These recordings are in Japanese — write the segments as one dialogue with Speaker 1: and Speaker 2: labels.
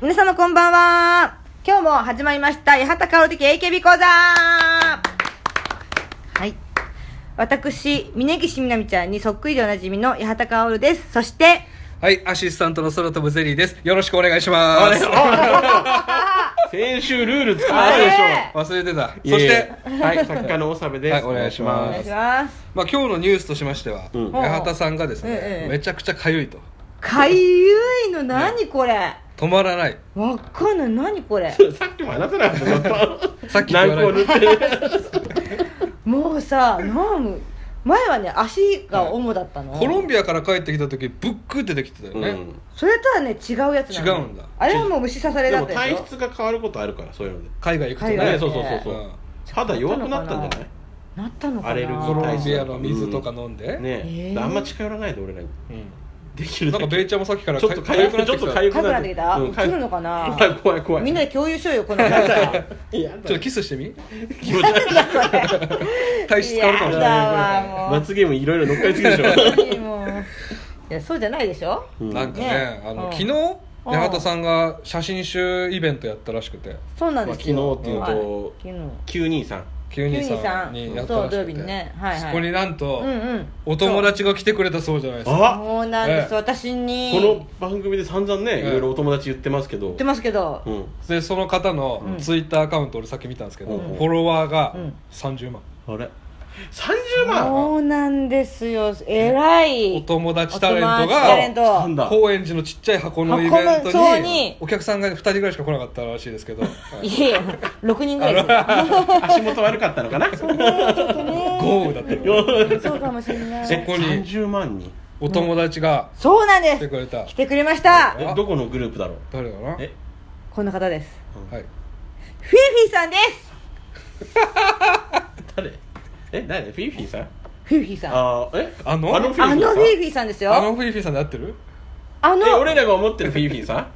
Speaker 1: 皆様こんばんは今日も始まりました八幡薫的 AKB 講座はい私峯岸みなみちゃんにそっくりでおなじみの八幡薫ですそして
Speaker 2: はい、アシスタントの空飛ぶゼリーです。よろしくお願いします。
Speaker 3: 先週ルール作
Speaker 1: あ
Speaker 3: ったでしょ
Speaker 1: れ
Speaker 2: 忘れてた。そ
Speaker 3: いえ
Speaker 2: し
Speaker 3: い
Speaker 2: て
Speaker 3: え、はい作家の長部です、
Speaker 2: はいお願いし
Speaker 1: お
Speaker 2: ま
Speaker 1: 願い
Speaker 2: す
Speaker 1: します
Speaker 2: まあ今日のニュースとしましては、
Speaker 3: うん
Speaker 2: 八幡さんがですね、
Speaker 1: ええ
Speaker 2: めちゃくちゃかゆいと
Speaker 1: かゆいの何これ
Speaker 2: 止まらない。
Speaker 1: わかんない何こ れ
Speaker 3: さっきも話せなかったずっと
Speaker 2: さっき言
Speaker 3: 軟
Speaker 2: わ
Speaker 3: 膏
Speaker 2: れ
Speaker 3: 塗
Speaker 2: た
Speaker 3: ってる
Speaker 1: もうさなん前はね足が主だったの、
Speaker 2: コロンビアから帰ってきた時ブックって出てきてたよね。
Speaker 3: うん
Speaker 1: それとはね違うやつなの
Speaker 2: 違うんだ
Speaker 1: あれはもう虫刺され
Speaker 3: で
Speaker 1: だっ
Speaker 3: も
Speaker 1: たでし
Speaker 3: 体
Speaker 1: ょ
Speaker 3: 質が変わることあるからそういうので
Speaker 2: 海外行くと
Speaker 1: 海外
Speaker 2: ね
Speaker 3: ね
Speaker 1: 行く。
Speaker 3: そうそうそうそううん肌弱くなったんじゃない
Speaker 1: なったのかな
Speaker 3: アレルギ
Speaker 2: コ
Speaker 3: ー
Speaker 2: ロ
Speaker 3: 体
Speaker 2: ン
Speaker 3: 質
Speaker 2: ビアの水とか飲んで、
Speaker 3: ね
Speaker 1: へー
Speaker 3: あんま近寄らないで俺らに
Speaker 2: うん
Speaker 3: できる
Speaker 2: な
Speaker 3: だ
Speaker 2: ん
Speaker 3: け
Speaker 2: かベイちゃんもさっきから
Speaker 3: ちょっとかゆくなってきたちょっとかゆ
Speaker 1: かゆくなってきた、
Speaker 3: うん
Speaker 1: 映るのかな
Speaker 3: 怖い怖い怖い
Speaker 1: みんなで共有しようよこの話さ
Speaker 3: いやだ
Speaker 2: ちょっとキスしてみ
Speaker 3: 気持ち悪い
Speaker 2: 体質変わるかもしれ
Speaker 1: やだ
Speaker 2: な
Speaker 1: わ
Speaker 2: い
Speaker 1: もう
Speaker 3: 罰ゲームいろいろ乗っかりす ぎでしょ
Speaker 1: もういやそうじゃないでしょ
Speaker 3: うん
Speaker 2: なんかね
Speaker 1: ね
Speaker 2: あ
Speaker 1: うん
Speaker 2: の昨日八幡さんが写真集イベントやったらしくて
Speaker 1: そうなんですよ、
Speaker 3: まあ昨日っていうと
Speaker 1: はい昨日
Speaker 3: 923
Speaker 2: 急にさんにやったらしくて
Speaker 1: そう土曜日にねはいはい
Speaker 2: そこになんと、
Speaker 1: うんうん
Speaker 2: お友達が来てくれたそうじゃないですか
Speaker 1: そう
Speaker 3: あ
Speaker 1: そうなんです、
Speaker 2: ええ
Speaker 1: 私に
Speaker 3: こ
Speaker 1: 言
Speaker 3: の番組で散々ね
Speaker 2: え
Speaker 3: い
Speaker 2: え
Speaker 3: ろいろお友達言ってますけど
Speaker 1: ってますけど、
Speaker 3: うん
Speaker 2: でその方の
Speaker 1: うん
Speaker 2: ツイッターアカウント俺さっき見たんですけど、
Speaker 3: うん
Speaker 2: フォロワーが
Speaker 1: うん
Speaker 2: 30万、
Speaker 3: あれ30万
Speaker 1: そうなんですよ偉
Speaker 2: お
Speaker 1: い
Speaker 2: 友達タレン
Speaker 1: お友達タレン
Speaker 2: ト
Speaker 1: ト
Speaker 3: なん
Speaker 2: が
Speaker 3: だ
Speaker 2: 高円寺のちっちゃい箱のイベン
Speaker 1: 箱の
Speaker 2: ト
Speaker 1: そう
Speaker 2: に
Speaker 1: に
Speaker 2: お客さんが2人ぐらいしか来なかったらしい ですけどはい
Speaker 1: いやいや6人ぐらいですよ
Speaker 3: 足元悪かったのか な
Speaker 1: ちょっとね
Speaker 2: 豪雨だったの
Speaker 1: そうかもしれな
Speaker 2: そ
Speaker 1: い
Speaker 2: こに
Speaker 3: 30万人
Speaker 2: お友達が
Speaker 1: そうなんで
Speaker 2: 来て
Speaker 1: す
Speaker 2: くれた
Speaker 1: 来てくれました
Speaker 2: え
Speaker 3: えどこのグループだろう
Speaker 2: 誰だな
Speaker 3: え
Speaker 1: この方です
Speaker 2: はい
Speaker 1: フィフィさんです
Speaker 3: 誰え誰フィーフィーさん
Speaker 1: フィフィさんあ
Speaker 3: あーえ
Speaker 2: あの
Speaker 3: あのフィーフィ
Speaker 1: の
Speaker 3: ーさん
Speaker 1: フィフィさんですよ
Speaker 2: あ
Speaker 1: あ
Speaker 2: の
Speaker 1: の
Speaker 2: フィーフィーさんで合ってる
Speaker 3: え俺らが思ってるフィーフィーさん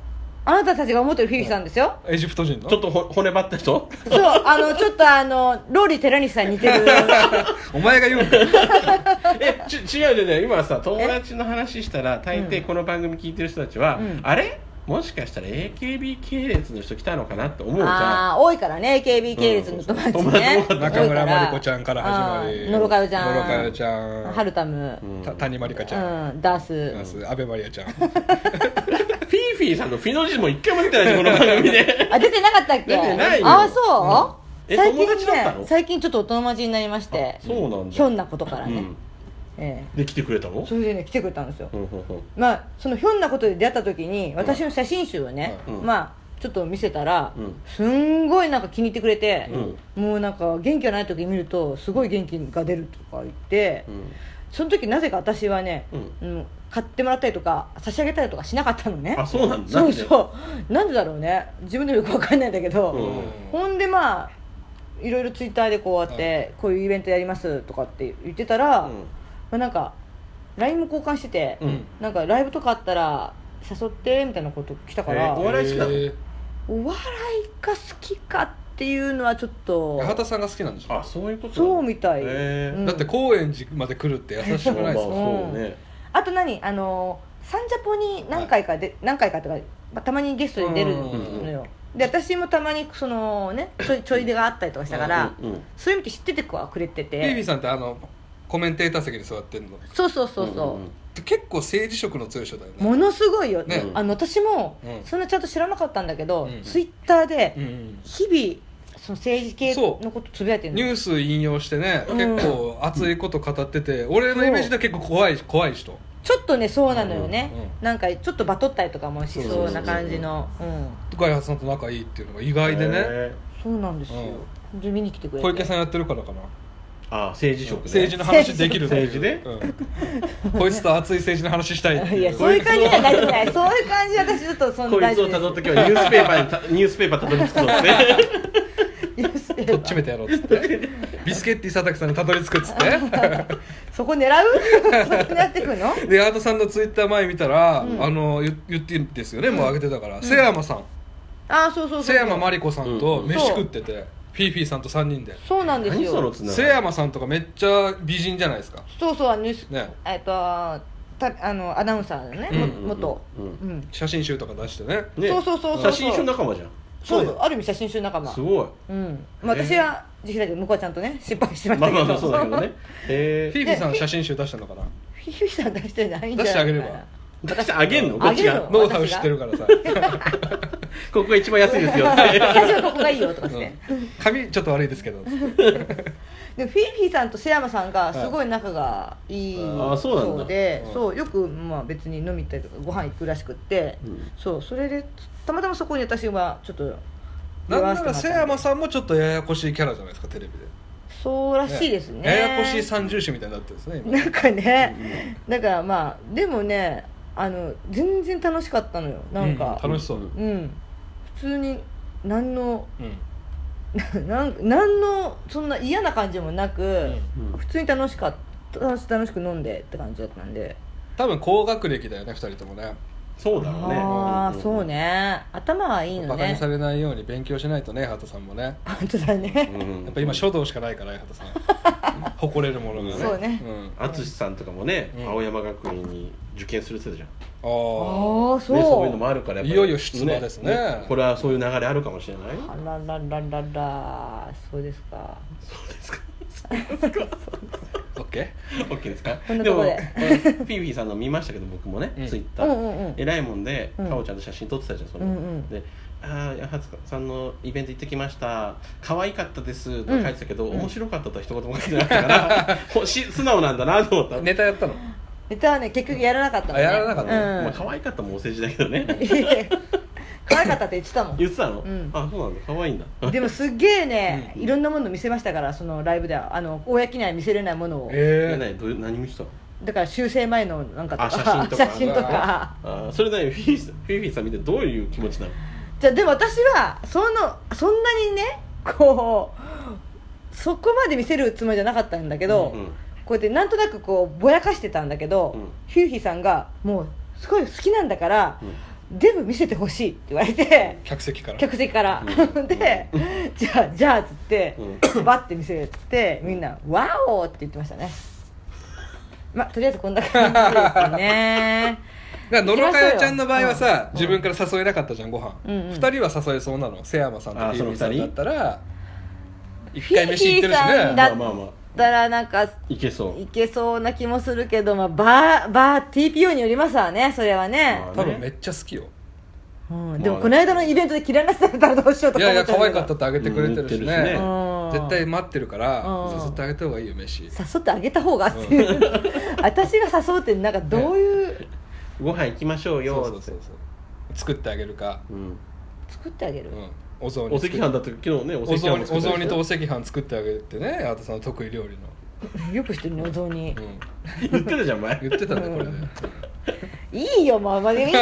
Speaker 1: あなたたちが思ってるフィフィさんですよ
Speaker 2: エジプト人の
Speaker 3: ちょっとほ骨ばった 人
Speaker 1: そうあのちょっとあのローリー寺西さんに似て る
Speaker 2: お前が言う んだよ
Speaker 3: えち違うよね今さ友達の話したら大
Speaker 1: うん
Speaker 3: 抵この番組聞いてる人たちは、
Speaker 1: うん
Speaker 3: あれもしかしたら AKB 系列の人来たのかなって思うじゃん
Speaker 1: ああ多いからね AKB 系列の友達ね
Speaker 3: 友達も多かった
Speaker 2: 中村まりこちゃんから始ま
Speaker 1: あ
Speaker 2: り
Speaker 1: ーのろかよちゃん
Speaker 2: のろかよちゃん
Speaker 1: ハルタムう
Speaker 3: うんん
Speaker 2: た谷まりかちゃん、
Speaker 1: ダース
Speaker 2: 阿部まりあちゃん
Speaker 3: フィーフィーさんのフィの字も一回も出てないしこの番組で
Speaker 1: あ出てなかったっけ
Speaker 3: 出てないよ
Speaker 1: あそう、
Speaker 3: うんえ
Speaker 1: 最近
Speaker 3: 友達だった
Speaker 1: ね
Speaker 3: の
Speaker 1: 最近ちょっとお友達になりまして
Speaker 3: そうなんだ
Speaker 1: ひょんなことから
Speaker 3: う
Speaker 1: ね、
Speaker 3: ん
Speaker 1: え
Speaker 3: で来てくれたの
Speaker 1: えそれでね来てくれたんですよ、
Speaker 3: うんうんうん
Speaker 1: まあそのひょんなことで出会った時に私の写真集をね、
Speaker 3: うん
Speaker 1: まあちょっと見せたら、
Speaker 3: うん
Speaker 1: すんごいなんか気に入ってくれて、
Speaker 3: う
Speaker 1: もうなんか元気がない時見るとすごい元気が出るとか言って、
Speaker 3: うん
Speaker 1: その時なぜか私はね、
Speaker 3: う
Speaker 1: うん買ってもらったりとか差し上げたりとかしなかったのね
Speaker 3: あそうなんだ
Speaker 1: そう
Speaker 3: なん
Speaker 1: そうなんでだろうね自分でもよくわかんないんだけど、
Speaker 3: うん
Speaker 1: ほんでまあいろいろツイッターでこうやって、こういうイベントやりますとかって言ってたら、
Speaker 3: うん
Speaker 1: まあ、なんか LINE も交換してて、
Speaker 3: うん
Speaker 1: なんかライブとかあったら誘ってみたいなこと来たから、
Speaker 3: えーお笑い好きなの
Speaker 2: へー
Speaker 1: お笑いが好きかっていうのはちょっと
Speaker 2: 八幡さんが好きなんでしょ
Speaker 3: あそういうこと
Speaker 1: そうみたい、
Speaker 3: へー
Speaker 1: うん
Speaker 2: だって高円寺まで来るって優し
Speaker 3: ま
Speaker 2: くな
Speaker 3: あ
Speaker 2: いですか
Speaker 3: そうね
Speaker 1: あと何あのサンジャポに何回かで、何回かってか、まあ、たまにゲストで出るのよ、で私もたまにそのねちょいちょ い出があったりとかしたから、
Speaker 3: うんうん
Speaker 1: そういう意味で知っててくれて
Speaker 2: ビービー
Speaker 1: て
Speaker 2: さんってあのコメンテーター席に座ってんの
Speaker 1: そうそうそうそう、
Speaker 3: んん
Speaker 2: 結構政治色の強い人だよね
Speaker 1: ものすごいよ、
Speaker 2: ね
Speaker 1: あの私も
Speaker 2: うん
Speaker 1: そんなちゃんと知らなかったんだけど、
Speaker 2: うん
Speaker 1: ツイッター
Speaker 2: う
Speaker 1: で
Speaker 2: んうん
Speaker 1: 日々その政治系
Speaker 2: そう
Speaker 1: のことつぶやいてるの
Speaker 2: ニュース引用してね
Speaker 1: うん
Speaker 2: 結構熱いこと語ってて俺のイメージでは結構怖い怖い人
Speaker 1: ちょっとねそうなのよね、
Speaker 2: うんうん
Speaker 1: なんかちょっとバトったりとかもしそうな感じのうん
Speaker 2: ガイハさんと仲いいっていうのが意外でね
Speaker 3: へ
Speaker 1: そうなんですよ、で見に来てくれて
Speaker 2: 小池さんやってるからかな
Speaker 3: ーあ政治色ね
Speaker 2: 政治の話できる
Speaker 3: 政治ね
Speaker 2: うんこいつと熱い政治の話したいって
Speaker 1: い
Speaker 2: い
Speaker 1: や
Speaker 2: う
Speaker 1: そういう感じじゃ大丈夫じゃないそういう感じで私ちょっとその
Speaker 3: こい
Speaker 1: 大
Speaker 3: つ
Speaker 1: 丈
Speaker 3: を辿
Speaker 1: 夫
Speaker 3: って
Speaker 1: で
Speaker 3: けばニュースペーパーに たニュースペーパーたどり着くぞって
Speaker 1: す
Speaker 2: とっちめてやろうっつってビスケッティ佐竹さんにたどり着くっつって
Speaker 1: そこ狙うそこ狙ってくの
Speaker 2: で八幡さんのツイッター前見たら、
Speaker 1: うん
Speaker 2: あの言言ってんですよね、もう上げてたから、瀬山さん
Speaker 1: ああそうそうそう
Speaker 2: 瀬山真理子さんと
Speaker 3: うん
Speaker 2: 飯食ってて、フィーフィーさんと3人で
Speaker 1: そうなんです
Speaker 3: 何
Speaker 1: よ
Speaker 3: そのつながり
Speaker 2: 瀬山さんとかめっちゃ美人じゃないですか
Speaker 1: そうそうあのニュース
Speaker 2: ね
Speaker 1: えっとたあのアナウンサーのね、も
Speaker 3: うん
Speaker 1: 元、
Speaker 3: うん
Speaker 1: うん
Speaker 2: 写真集とか出してね
Speaker 3: ね
Speaker 1: そうそうそうそう
Speaker 3: 写真集仲間じゃん
Speaker 1: そうよある意味写真集仲間
Speaker 3: すごい
Speaker 1: うんまあ、私は自費だけど向こうはちゃんとね失敗してまし
Speaker 3: ま
Speaker 1: た
Speaker 3: あ
Speaker 1: けど、
Speaker 3: まあまあそうだけどねへ
Speaker 2: フィー
Speaker 3: え
Speaker 2: フィーさん写真集出したのかな
Speaker 1: ひひさん出してないんじゃない
Speaker 2: 出してあげれば
Speaker 3: 出してあげんのこっ
Speaker 1: あげ
Speaker 3: ち
Speaker 1: る
Speaker 3: が
Speaker 1: の
Speaker 2: ノウハウ知ってる からさ
Speaker 3: ここが一番安いですよって
Speaker 1: 最初はここがいいよとか
Speaker 2: う
Speaker 1: し
Speaker 2: ん
Speaker 1: て、
Speaker 2: 髪ちょっと悪いですけど
Speaker 1: でフィーフィーさんと瀬山さんがすごい仲がいい
Speaker 3: はいあそうなんだ
Speaker 1: で
Speaker 2: うん
Speaker 1: そうよくまあ別に飲み行ったりとかご飯行くらしくって、
Speaker 3: うん
Speaker 1: そうそれでたまたまそこに私はちょっと
Speaker 2: なんな
Speaker 1: ても
Speaker 2: ら
Speaker 1: らっ
Speaker 2: 瀬
Speaker 1: たんで
Speaker 2: 山さんもちょっとややこしいキャラじゃないですかテレビで
Speaker 1: そうらしいですね
Speaker 2: ややこしい三重種みたいになってるんですね今
Speaker 1: なんかね、だからまあでもねあの全然楽しかったのよなんか
Speaker 2: う楽しそう
Speaker 1: うん、普通に何の
Speaker 2: うん
Speaker 1: なん何のそんな嫌な感じもなく、
Speaker 3: うん
Speaker 1: 普通に楽しかった楽し楽しく飲んでって感じだったんで
Speaker 2: 多分高学歴だよね二人ともね
Speaker 3: そうだろうね
Speaker 1: ああ
Speaker 3: ん
Speaker 1: そうね頭はいいの
Speaker 2: バカに
Speaker 1: ね
Speaker 2: されないように勉強しないとねハトさんもね
Speaker 1: 本当だね
Speaker 3: うん
Speaker 2: やっぱ今書道しかないからハトさん誇れるものがね
Speaker 1: そうね
Speaker 2: ん
Speaker 3: 淳さんとかもね、
Speaker 2: うん
Speaker 3: 青山学院に受験するって言ってたじゃ
Speaker 1: あ
Speaker 2: あ
Speaker 3: ん、
Speaker 1: あ
Speaker 2: ー
Speaker 1: ーそう,、
Speaker 3: ね、そういうのもあるからやっぱり
Speaker 2: いよいよ出馬ですね
Speaker 3: これはそういう流れあるかもしれない
Speaker 1: あらららららそうですか
Speaker 2: オッケ
Speaker 3: OK ですか
Speaker 1: こんなとこで
Speaker 3: もうんフィーフィーさんの見ましたけど僕もね、
Speaker 2: うん
Speaker 3: ツイッタ
Speaker 1: う
Speaker 3: ー、
Speaker 1: んうんうん
Speaker 3: 偉いもんで、
Speaker 1: うん
Speaker 3: かおちゃんと写真撮ってたじゃんその、
Speaker 1: うんうん
Speaker 3: で「ああ初さんのイベント行ってきました可愛かったです」とか書いてたけど、面白かったとは一言も書いてなかったから ほし素直なんだなと思った、
Speaker 2: ーネタやったの
Speaker 1: ネタはね結局やらなかったのね
Speaker 2: あやらなかった
Speaker 1: うん
Speaker 3: まあ、可愛かったもお世辞だけどね
Speaker 1: いやいや可愛かったって言ってたも
Speaker 3: 言ってたの、
Speaker 1: うん
Speaker 3: あそうなんだ可愛いんだ
Speaker 1: んでもすっげえね
Speaker 3: うん
Speaker 1: いろんなもの見せましたからそのライブではあの公には見せれないものを
Speaker 3: え
Speaker 2: え
Speaker 3: 何どういう何見てたの
Speaker 1: だから修正前のなんかとか
Speaker 3: あ写真とか
Speaker 1: 写真とか
Speaker 3: あーそれねフィーフィーフィーさん見てどういう気持ちなの
Speaker 1: じゃあでも私はそのそんなにねこうそこまで見せるつもりじゃなかったんだけど、
Speaker 3: うん
Speaker 1: こうやってなんとなくこうぼやかしてたんだけど、
Speaker 3: うん
Speaker 1: ヒューヒーさんが「もうすごい好きなんだから、
Speaker 3: う
Speaker 1: 全部見せてほしい」って言われて
Speaker 2: ー客席から
Speaker 1: 客席から、
Speaker 3: うん
Speaker 1: で、じゃあじゃあ」っつって、
Speaker 3: う
Speaker 1: バッて見せてみんな「ワオ!」って言ってましたねまあとりあえずこんな感じです ね
Speaker 2: だから野呂佳代ちゃんの場合はさ、
Speaker 1: うん
Speaker 2: 自分から誘えなかったじゃんご飯
Speaker 1: うんうん
Speaker 2: 二、人は誘えそうなの瀬山さんと
Speaker 3: あー
Speaker 2: フィーフィーさんだったら一
Speaker 1: 人
Speaker 2: 回飯行ってるし
Speaker 1: フィーフィーさん
Speaker 2: ね
Speaker 1: だ
Speaker 3: まあまあまあ
Speaker 1: だからなんか
Speaker 3: いけそう
Speaker 1: いけそうな気もするけど、まあ、バーバー TPO によりますわねそれはね、
Speaker 3: まあ
Speaker 2: 多分めっちゃ好きよ
Speaker 1: うん、でもこの間のイベントで嫌いな人だったらどうしようと
Speaker 2: い
Speaker 1: か
Speaker 2: やい
Speaker 1: 思
Speaker 2: や
Speaker 1: っちゃう
Speaker 2: 可愛
Speaker 1: けど
Speaker 2: かったってあげてくれてるし
Speaker 3: うん言って
Speaker 2: ね
Speaker 3: るしね
Speaker 1: うん
Speaker 2: 絶対待ってるから
Speaker 1: うん
Speaker 2: 誘ってあげた方がいいよ飯
Speaker 1: 誘ってあげた方がっていう、私が誘うってなんかどういう、
Speaker 3: ご飯行きましょうよ
Speaker 2: そうそうそうそう作ってあげるか、
Speaker 3: うん
Speaker 1: 作ってあげ
Speaker 2: う
Speaker 1: る、
Speaker 2: ん、お雑
Speaker 3: お
Speaker 2: 煮
Speaker 3: 赤
Speaker 2: 作っ
Speaker 3: 飯だって昨日ねお赤
Speaker 2: お雑
Speaker 3: 飯
Speaker 2: 煮お
Speaker 3: も作ったでしょ
Speaker 2: 雑煮とお赤飯作ってあげるってねあ田さんの得意料理の、
Speaker 1: よくしてるねお雑煮、
Speaker 2: うん、
Speaker 3: 言ってたじゃん 前
Speaker 2: 言ってたんだこれで、
Speaker 1: いいよもうまあいいよ、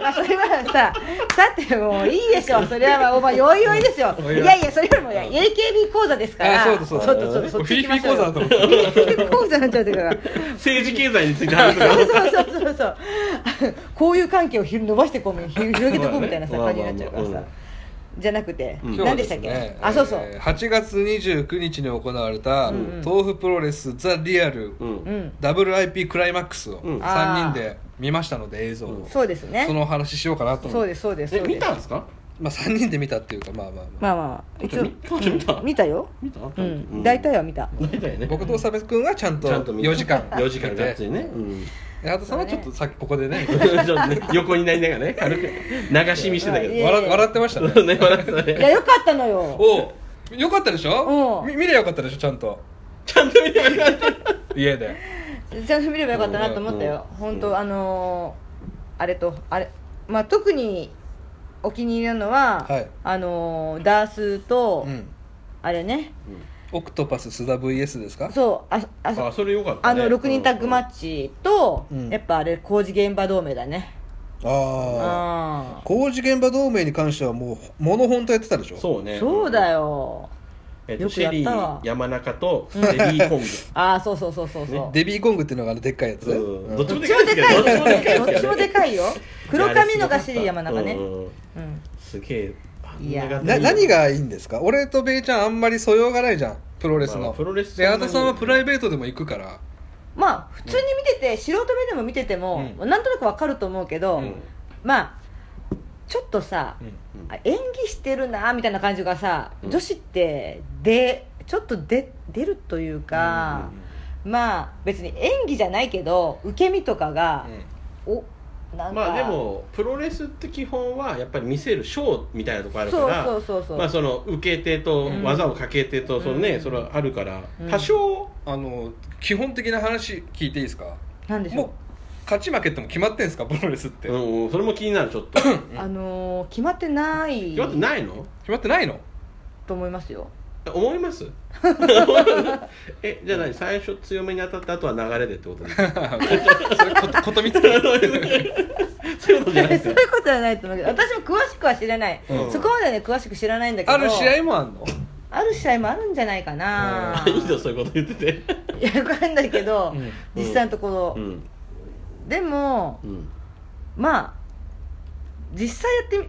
Speaker 1: まあ、それはささてもういいでしょそれはまあお前よいよいですよ
Speaker 2: おいおい
Speaker 1: いやいやそれよりもいや AKB 講座ですから
Speaker 2: あそうだそうだ
Speaker 1: ちょっとちょっとそっ
Speaker 2: フ
Speaker 1: ち
Speaker 2: ィリ
Speaker 1: 行き
Speaker 2: ピ
Speaker 1: ま
Speaker 2: ン
Speaker 1: しょうよ
Speaker 2: 講座だと思った
Speaker 1: フィリピン講座になっちゃってから
Speaker 3: 政治経済について話すから
Speaker 1: そうそうそうそうそう交友関係をひ伸ばしてこうひ広げてこうみたいなさ
Speaker 3: まあ
Speaker 1: 感
Speaker 3: ね
Speaker 1: じになっちゃうから
Speaker 3: まあ
Speaker 1: さ
Speaker 3: まあまあ
Speaker 1: じゃなくて、
Speaker 3: うん
Speaker 2: 今日は
Speaker 1: 何で
Speaker 2: で
Speaker 1: し
Speaker 2: す
Speaker 1: たっけ、
Speaker 2: ね
Speaker 1: あそうそう、
Speaker 2: えー8月29日に行われた、
Speaker 1: んうん
Speaker 2: 豆腐プロレスザ・リアル、
Speaker 3: うん
Speaker 1: う
Speaker 3: うん
Speaker 1: ん
Speaker 2: WIP クライマックスを
Speaker 3: うん
Speaker 2: 3人で見ましたので映像を、
Speaker 3: うん
Speaker 1: そうですね
Speaker 2: そのお話ししようかなと思
Speaker 1: そう
Speaker 2: って
Speaker 1: ですそうです
Speaker 3: え
Speaker 1: そうです
Speaker 3: 見たんですか
Speaker 2: まあ3人で見たっていうかまあまあまあ、
Speaker 1: まあまあまあ一応
Speaker 3: 見た見た
Speaker 1: うん見たよ
Speaker 3: 見た
Speaker 1: うん大体は見た
Speaker 3: 大体ね
Speaker 2: 僕とサベス君はちゃんと
Speaker 3: ちゃんと見た
Speaker 2: 4時間
Speaker 3: 4時間
Speaker 2: 見
Speaker 3: がってつり ねうん
Speaker 2: であとさんはちょっとさっきここでね
Speaker 3: ちょっとね横になりながらね軽く 流し見してたけ
Speaker 1: いえ
Speaker 3: ど
Speaker 1: いえ
Speaker 2: 笑笑ってましたね
Speaker 3: ね笑ってたね
Speaker 1: いやよかったのよ
Speaker 2: おうよかったでしょ
Speaker 1: うん
Speaker 2: み見りゃよかったでしょちゃんと
Speaker 3: ちゃんと見てなかった
Speaker 2: 家で
Speaker 1: ちゃんと見ればよかったなと思ったよ、
Speaker 3: うん
Speaker 1: 本当あのーあれとあれまあ特にお気に入りなのは、
Speaker 2: はい
Speaker 1: あのーダースと、
Speaker 2: うん
Speaker 1: あれね
Speaker 2: オクトパス須田 VS ですか
Speaker 1: そうああ
Speaker 3: あそれよかった
Speaker 1: あ
Speaker 3: ね
Speaker 1: の6人タッグマッチと、
Speaker 2: うん
Speaker 1: やっぱあれ工事現場同盟だね
Speaker 2: ああ
Speaker 1: あ
Speaker 2: 工事現場同盟に関してはもうモノホンとやってたでしょ
Speaker 3: そう
Speaker 1: あ
Speaker 3: ね
Speaker 1: そうだよ
Speaker 3: えっと
Speaker 1: よく
Speaker 3: シ
Speaker 1: や
Speaker 3: ェ
Speaker 1: ったわ
Speaker 3: リー山中とレディーコング
Speaker 1: ああそうそうそうそうそう、
Speaker 2: デビーコングっていうのがあのでっかいやつ、
Speaker 3: うんどっち
Speaker 1: ど
Speaker 3: も
Speaker 1: っ
Speaker 3: で
Speaker 1: ちも
Speaker 3: かいです
Speaker 1: で
Speaker 3: け
Speaker 1: かい
Speaker 3: ど
Speaker 1: よどっちも
Speaker 3: で
Speaker 1: で
Speaker 3: かい
Speaker 1: かいよ 黒髪のが
Speaker 3: シ
Speaker 1: シ
Speaker 3: リ
Speaker 1: リ山中ね、うん、
Speaker 3: すげえあん
Speaker 1: いや
Speaker 3: なが
Speaker 2: な何がいいんですか俺とベイちゃんあんまり素養がないじゃんプロレスの、
Speaker 3: まあプロレスそん
Speaker 2: で
Speaker 3: なに
Speaker 2: アートさんはプライベートでも行くから
Speaker 1: まあ普通に見てて、素人目でも見てても、
Speaker 2: う
Speaker 1: なんとなくわかると思うけど、
Speaker 2: うん
Speaker 1: まあちょっとさ、
Speaker 2: うん
Speaker 1: あ演技してるなみたいな感じがさ、
Speaker 3: うん
Speaker 1: 女子ってでちょっとで出るというか、まあ別に演技じゃないけど受け身とかが、おなんか
Speaker 3: まあでもプロレスって基本はやっぱり見せるショーみたいなところあるか
Speaker 1: そう
Speaker 3: ら
Speaker 1: そうそうそう、
Speaker 3: まあその受け手と
Speaker 1: うん
Speaker 3: 技をかけ手とそのね、
Speaker 1: うん
Speaker 3: それはあるから
Speaker 1: うん
Speaker 3: 多少、
Speaker 2: あの基本的な話聞いていいですか
Speaker 1: なんでしょ
Speaker 2: もう
Speaker 1: う
Speaker 2: 勝ち負けっても決まってんですかプロレスって、
Speaker 3: うん、それも気になるちょっと決
Speaker 1: あのー決まってない
Speaker 3: まってないの
Speaker 2: 決まってな いの
Speaker 1: と思いますよ
Speaker 3: 思います えじゃあ何最初強めに当たった後は流れでってこと ですか
Speaker 2: それことことみつけ
Speaker 3: そういうことじゃないで す
Speaker 1: そうい
Speaker 3: よ
Speaker 1: うことはないと思うけど私も詳しくは知らない、
Speaker 2: うん
Speaker 1: そこまではね詳しく知らないんだけど
Speaker 2: ある試合もあんの
Speaker 1: ある試合もあるんじゃないかな、
Speaker 3: あ いいぞそういうこと言ってて
Speaker 1: いやわかんないけど、
Speaker 2: うん
Speaker 1: 実際のところ、
Speaker 3: うん
Speaker 1: でも
Speaker 3: うん
Speaker 1: まあ実際やってみ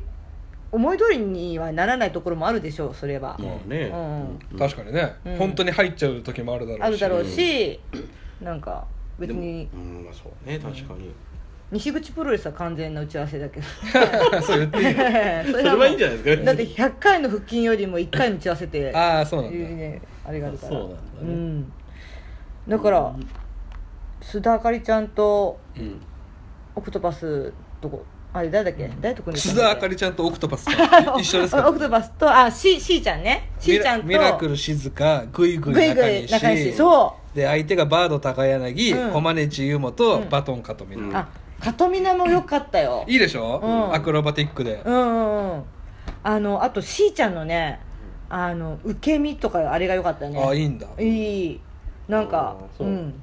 Speaker 1: 思い通りにはならないところもあるでしょうそれは、
Speaker 3: もうね、
Speaker 1: う
Speaker 2: 確
Speaker 3: か
Speaker 2: かにね、
Speaker 1: うん
Speaker 2: 本当に入っちゃう時もあるだろうし
Speaker 1: あるだろうし、なんか別に
Speaker 3: うんまあそうね確かに、
Speaker 1: 西口プロレスは完全な打ち合わせだけど
Speaker 2: そう言って いい
Speaker 1: それ
Speaker 3: それはいいんじゃないですか
Speaker 1: だって100回の腹筋よりも1回の打ち合わせて
Speaker 2: ああそうなんだ、
Speaker 1: いうねあれがあるから
Speaker 3: そうなんだね
Speaker 1: んだから須田あかりちゃんと
Speaker 3: うん
Speaker 1: オクトパスとこあれ誰だっけ誰と組んでた
Speaker 2: 須
Speaker 1: んだ
Speaker 2: 田
Speaker 1: っ
Speaker 2: あ
Speaker 1: け
Speaker 2: かりちゃんとオクトパ スか一緒です
Speaker 1: オ
Speaker 2: か
Speaker 1: クトパスとあししーちゃんねしーちゃんと
Speaker 2: ミラミラクル静香グイグイ
Speaker 1: ぐいぐ
Speaker 2: 中
Speaker 1: い
Speaker 2: 西
Speaker 1: 仲良しそう
Speaker 2: で相手がバード高柳、
Speaker 1: うん
Speaker 2: コマネチユモと、
Speaker 1: うん
Speaker 2: バトンカトミ
Speaker 3: う
Speaker 1: う
Speaker 2: ナ、
Speaker 3: ん
Speaker 1: あカトミナも良かったよ
Speaker 2: いいでしょ、
Speaker 1: うん
Speaker 2: アクロバティックで、
Speaker 1: うんうんうんあのあとしーちゃんのねあの受け身とかあれが良かったね
Speaker 2: ああいいんだ
Speaker 1: いいなんか
Speaker 3: あー
Speaker 1: う
Speaker 3: そうん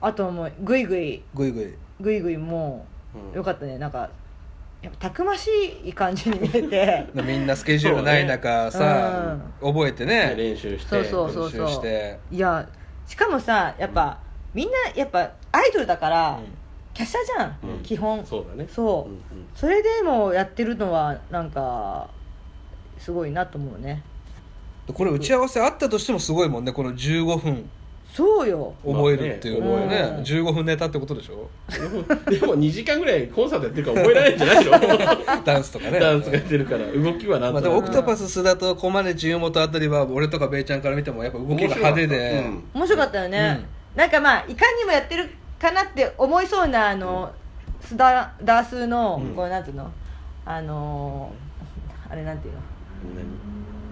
Speaker 1: あともうぐいぐい
Speaker 2: グイグイ
Speaker 1: ぐいぐいも
Speaker 3: うん
Speaker 1: うよかったねなんかやっぱたくましい感じに見え て
Speaker 2: みんなスケジュールない中さ、覚えてね
Speaker 3: 練習して
Speaker 1: そうそう
Speaker 2: 練習して
Speaker 1: いやしかもさやっぱ、みんなやっぱアイドルだから、華奢じゃん、
Speaker 3: うん
Speaker 1: 基本
Speaker 3: そうだね
Speaker 1: そううん
Speaker 3: うん
Speaker 1: それでもやってるのはなんかすごいなと思うね
Speaker 2: うんこれ打ち合わせあったとしてもすごいもんねこの15分
Speaker 1: そうよ
Speaker 2: 覚えるっていうのはね,、
Speaker 1: まあねうん
Speaker 2: 15分ネタってことでしょ
Speaker 3: でも2時間ぐらいコンサートやってるから覚えられるんじゃないの
Speaker 2: ダンスとかね
Speaker 3: ダンスがやってるから動きはなん
Speaker 2: まあ、
Speaker 3: と
Speaker 2: で
Speaker 3: な
Speaker 2: も
Speaker 3: く
Speaker 2: オクトパス須田とコマネチ湯本あたりは俺とかベイちゃんから見てもやっぱ動きが派手で、
Speaker 3: うん
Speaker 1: 面白かったよね、なんかまあいかにもやってるかなって思いそうなあの、須田ダースの、
Speaker 3: うん
Speaker 1: こうなんていうのあのーあれなんていうの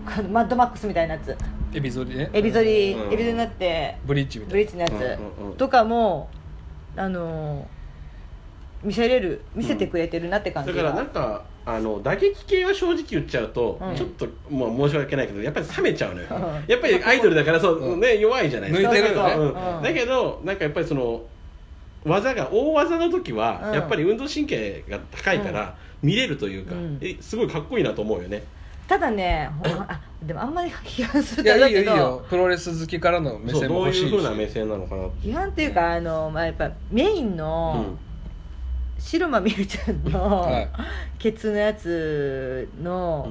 Speaker 1: このマッドマックスみたいなやつ
Speaker 2: エビゾリね
Speaker 1: エビゾリ、
Speaker 3: うん
Speaker 1: エビゾリになって
Speaker 2: ブリッジみた
Speaker 1: ブ
Speaker 2: い
Speaker 1: リ
Speaker 2: な
Speaker 1: ッジのやつ、
Speaker 3: うんうんうん
Speaker 1: とかもあのー見せれる見せてくれてるなって感じ
Speaker 3: だ
Speaker 1: が、
Speaker 3: からなんかあの打撃系は正直言っちゃうと、
Speaker 1: うん
Speaker 3: ちょっともう申し訳ないけどやっぱり冷めちゃうのよ
Speaker 1: うん
Speaker 3: やっぱりアイドルだからそう、
Speaker 2: うん
Speaker 3: ね、弱いじゃないですか
Speaker 2: 抜いてるよね
Speaker 3: そう
Speaker 1: うん
Speaker 3: だけどなんかやっぱりその技が大技の時は、
Speaker 1: うん
Speaker 3: やっぱり運動神経が高いから、見れるというか、
Speaker 1: うん
Speaker 3: えすごいかっこいいなと思うよね
Speaker 1: ただねほんまあでもあんまり批判する
Speaker 2: い
Speaker 1: とあ
Speaker 2: や
Speaker 1: れだ
Speaker 2: いいよ
Speaker 1: け
Speaker 2: いい
Speaker 1: ど
Speaker 2: よプロレス好きからの目
Speaker 3: そう
Speaker 2: 線
Speaker 3: ど
Speaker 2: も
Speaker 3: う
Speaker 2: 欲し
Speaker 3: い
Speaker 2: いうし
Speaker 3: ふうな目線なのかな
Speaker 1: 批判っていうかあの、まあ、やっぱメイン
Speaker 3: う
Speaker 1: の
Speaker 3: ん
Speaker 1: 白間美優ちゃんの、
Speaker 2: はい
Speaker 1: ケツのやつの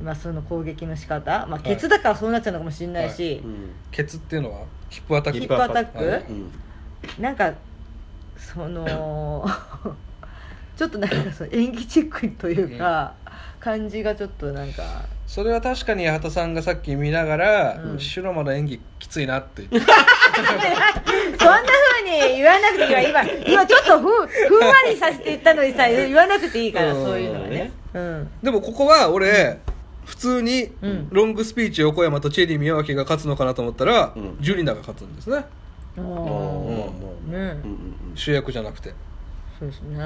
Speaker 3: う、ん
Speaker 1: まあ、その攻撃の仕方、まあ、
Speaker 2: い
Speaker 1: ケツだからそうなっちゃうのかもしれないし、
Speaker 3: うん
Speaker 2: ケツっていうのはヒップアタッ
Speaker 1: ヒ
Speaker 2: ク
Speaker 1: ップアタック、
Speaker 2: はい
Speaker 3: うん
Speaker 1: なんかその ちょっとなんかその演技チェックというか、感じがちょっとなんか
Speaker 2: それは確かに八幡さんがさっき見ながら、
Speaker 1: うん
Speaker 2: シュロマの演技きついなって言って
Speaker 1: そんなふうに言わなくていいわ今今ちょっとふんふんわりさせて言ったのにさ言わなくていいから
Speaker 2: うん
Speaker 1: そういうのはね。うん
Speaker 2: でもここは俺、普通に
Speaker 1: うん
Speaker 2: ロングスピーチ横山とチェリー宮脇が勝つのかなと思ったら、
Speaker 3: うん
Speaker 2: ジュリナが勝つんですね
Speaker 1: あ
Speaker 3: あ
Speaker 1: ー
Speaker 3: ー
Speaker 1: ね
Speaker 3: うんうん
Speaker 2: 主役じゃなくて、
Speaker 1: そうですね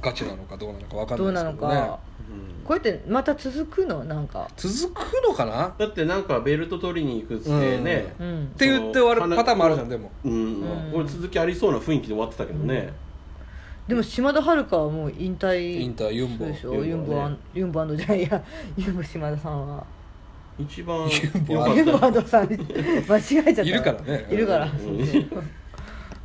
Speaker 2: ガチなのかどうなのか分か
Speaker 1: どうん
Speaker 2: な
Speaker 1: ない
Speaker 2: で
Speaker 1: の
Speaker 2: すけどね
Speaker 1: か
Speaker 3: うん
Speaker 1: こうやってまた続くのなんか
Speaker 2: 続くのかなっ
Speaker 3: だってなんかベルト取りに行くっつってね、
Speaker 1: うん
Speaker 2: て言って終わ
Speaker 3: そ
Speaker 2: る
Speaker 3: の
Speaker 2: パターンもあるじゃんでも
Speaker 3: うん
Speaker 1: うん
Speaker 3: これ続きありそうな雰囲気で終わってたけどね、
Speaker 1: でも島田遥香はもう引退
Speaker 2: インターユンボ
Speaker 1: そうでしょユ
Speaker 3: ユ
Speaker 1: ン
Speaker 3: ン
Speaker 1: ボ
Speaker 3: ボ
Speaker 1: は
Speaker 3: はね
Speaker 1: ユンボじゃないや ユンボ島田さんは
Speaker 3: 一 番
Speaker 2: ユンボ
Speaker 3: 良か
Speaker 2: あ
Speaker 3: っ
Speaker 1: ユン
Speaker 3: た
Speaker 1: ボさん間違えちゃった
Speaker 2: いるからね
Speaker 1: いるから
Speaker 3: うん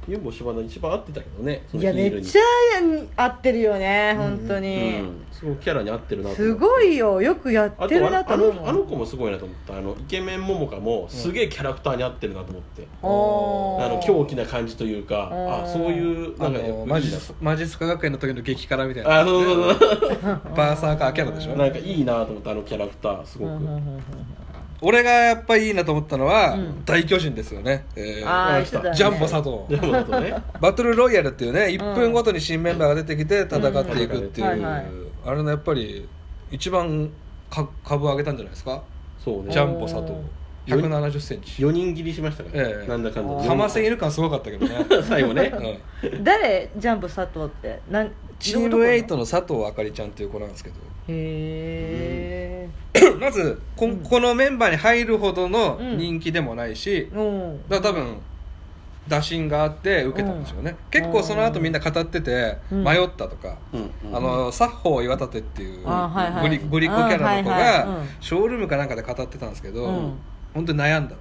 Speaker 3: ユーゴ柴田一番合ってたけどねその
Speaker 1: いや
Speaker 3: ヒ
Speaker 1: め
Speaker 3: ール
Speaker 1: っ
Speaker 3: に
Speaker 1: ちゃ合ってるよね本当
Speaker 3: う
Speaker 1: に、
Speaker 3: ん、すごいキャラに合ってるなと
Speaker 1: す
Speaker 3: 思って
Speaker 1: ごいよよくやっ
Speaker 3: あ
Speaker 1: て
Speaker 3: と
Speaker 1: る
Speaker 3: あ
Speaker 1: な
Speaker 3: の
Speaker 1: と
Speaker 3: あ
Speaker 1: 思う
Speaker 3: のあの子もすごいなと思ったあのイケメン桃花もすげえキャラクターに合ってるなと思って、
Speaker 1: おー
Speaker 3: あの狂気な感じというか、
Speaker 1: うん
Speaker 3: あそういう
Speaker 2: あ
Speaker 3: なんか
Speaker 2: のマジ
Speaker 3: だ
Speaker 2: スマジス科学園の時の激辛みたいな
Speaker 3: あそうそうそう
Speaker 2: バーサーカーキャラでしょ
Speaker 3: なんかいいなと思ったあのキャラクターすごく、
Speaker 1: うんうんうんうん
Speaker 2: 俺がやっぱりいいなと思ったのは、
Speaker 1: うん
Speaker 2: 大巨人ですよね、えー
Speaker 1: あー言ってたね
Speaker 2: ジャンボ佐藤
Speaker 3: でもだ とね
Speaker 2: バトルロイヤルっていう
Speaker 1: ん
Speaker 2: ね1分ごとに新メンバーが出てきて戦っていくっていう、
Speaker 1: うんはいはい
Speaker 2: あれのやっぱり一番か株上げたんじゃないですか
Speaker 3: そうね
Speaker 2: ジャンボ佐藤
Speaker 3: おー
Speaker 2: 1 7 0ンチ
Speaker 3: 4人切りしましたから、
Speaker 2: ええ
Speaker 3: なんだかんだ
Speaker 1: 四
Speaker 2: かませ犬感すごかったけど ね、
Speaker 3: 最後ね
Speaker 2: うん
Speaker 1: 誰ジャンプ佐藤ってなん
Speaker 2: チーム8
Speaker 1: へ
Speaker 2: の佐藤あかりちゃんっていう子なんですけど
Speaker 1: え
Speaker 2: まずこんこのメンバーに入るほどの人気でもないし、
Speaker 1: うん
Speaker 2: だから多分打診があって受けたんでしょうね、結構その後みんな語ってて
Speaker 1: うん
Speaker 2: 迷ったとか、
Speaker 3: うんうん
Speaker 2: あの作法岩立っていう
Speaker 1: あはいはい
Speaker 2: グリグリコキャラの子
Speaker 1: あはいはい
Speaker 2: が
Speaker 1: うん
Speaker 2: ショールームかなんかで語ってたんですけど、
Speaker 1: うん
Speaker 2: 本当に悩んだと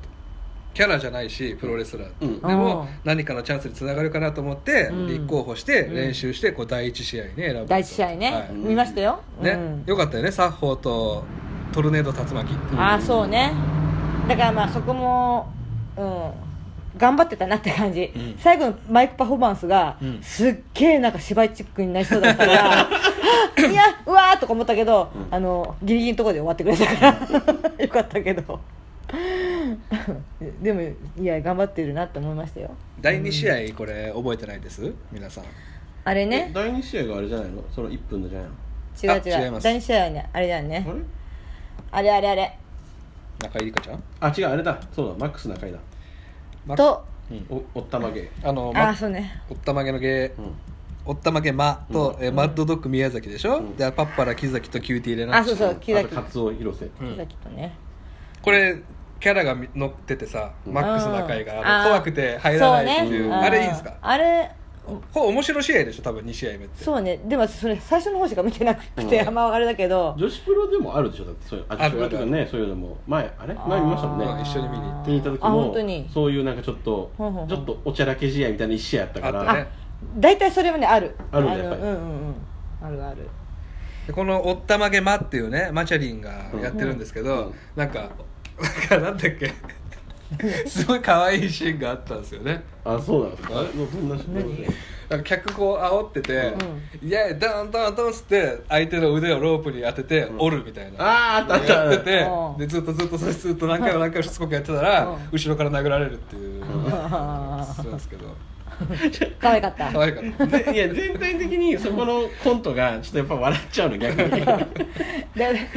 Speaker 2: キャラじゃないしプロレスラー、
Speaker 3: うん
Speaker 2: でも何かのチャンスにつながるかなと思って
Speaker 1: うん
Speaker 2: 立候補して
Speaker 1: うん
Speaker 2: 練習してこう第一試合に選ぶ
Speaker 1: 第一試合ね、
Speaker 2: はい
Speaker 1: 見ましたよ、
Speaker 2: ね
Speaker 1: うん
Speaker 2: よかったよね作法とトルネード竜巻
Speaker 1: ああそうねだからまあそこもうん頑張ってたなって感じ、
Speaker 2: うん
Speaker 1: 最後のマイクパフォーマンスが、
Speaker 2: うん
Speaker 1: すっげえなんか芝居チックになりそうだったから あいやうわーとか思ったけど、あのギリギリのところで終わってくれたから よかったけどでもいや頑張ってるなって思いましたよ
Speaker 2: 第二試合これ覚えてないです皆さん
Speaker 1: あれ
Speaker 3: え
Speaker 1: ね
Speaker 3: 第2試合があれじゃないのその1分のじゃないの
Speaker 1: 違う
Speaker 2: あ
Speaker 1: 違
Speaker 2: 違いうます
Speaker 1: 第二試合はねあれだよね
Speaker 3: あれ
Speaker 1: あれあれあれ
Speaker 2: 中井梨花ちゃん
Speaker 3: あ違うあれだそうだマックス中井だ
Speaker 2: ま
Speaker 1: と
Speaker 3: おおったまげ
Speaker 2: あの
Speaker 1: あ
Speaker 2: ま
Speaker 1: あそうね
Speaker 2: おったまげの芸
Speaker 3: うん
Speaker 2: おったまげまと、えーマッドドッグ宮崎でしょ、
Speaker 3: うん
Speaker 2: でパッパラ木崎とキューティーレナ
Speaker 1: あ
Speaker 2: ッチ
Speaker 1: そうそう木
Speaker 3: あ
Speaker 1: 崎
Speaker 3: とカツオ広瀬
Speaker 2: うん
Speaker 1: 木崎とね
Speaker 2: これキャラがみ乗っててさ、マックス中井があの
Speaker 1: うん
Speaker 2: 怖くて入らないっていう
Speaker 1: そね
Speaker 2: あれいいんですか
Speaker 1: あれ
Speaker 2: これ面白い試合でしょ多分2試合目って
Speaker 1: そうねでも私それ最初の方しか見てなくて、
Speaker 3: うん
Speaker 1: あんまあれだけど
Speaker 3: 女子プロでもあるでしょだってそういうあ
Speaker 2: あ
Speaker 3: 女
Speaker 2: る
Speaker 3: 子プロとかねそういうのも前あれ前見ましたもんね
Speaker 2: あー一緒に見に行って
Speaker 3: 見に行った
Speaker 1: あ
Speaker 3: 時
Speaker 1: 本
Speaker 3: も
Speaker 1: 当に
Speaker 3: そういうなんかちょっと
Speaker 1: ほんほんほん
Speaker 3: ちょっとおちゃらけ試合みたいな一試合やったか
Speaker 2: あっ
Speaker 3: ら
Speaker 2: たね
Speaker 1: 大体それはねある
Speaker 3: あるんだ
Speaker 1: の
Speaker 3: やっぱり
Speaker 1: うんうんうんあるある
Speaker 2: でこの「おったまげま」っていうねマチャリンがやってるんですけど、
Speaker 3: うん
Speaker 2: なんかなんかなんだっけ すごい可愛いシーンがあったんですよね
Speaker 3: あそうなんですかあれどんなどんな
Speaker 1: 何
Speaker 2: なんか客こう煽ってて「イエーイダンダンダン」っつって相手の腕をロープに当てて折るみたいな、
Speaker 3: あーあったあった
Speaker 2: やってて
Speaker 1: うん
Speaker 2: でずっとずっとそれずっと何回も何回もしつこくやってたら
Speaker 1: うん
Speaker 2: 後ろから殴られるっていうそうなんですけど
Speaker 1: 可愛かった
Speaker 2: 可愛かった
Speaker 3: でいや全体的にそこのコントがちょっとやっぱ笑っちゃうの逆になんか
Speaker 1: で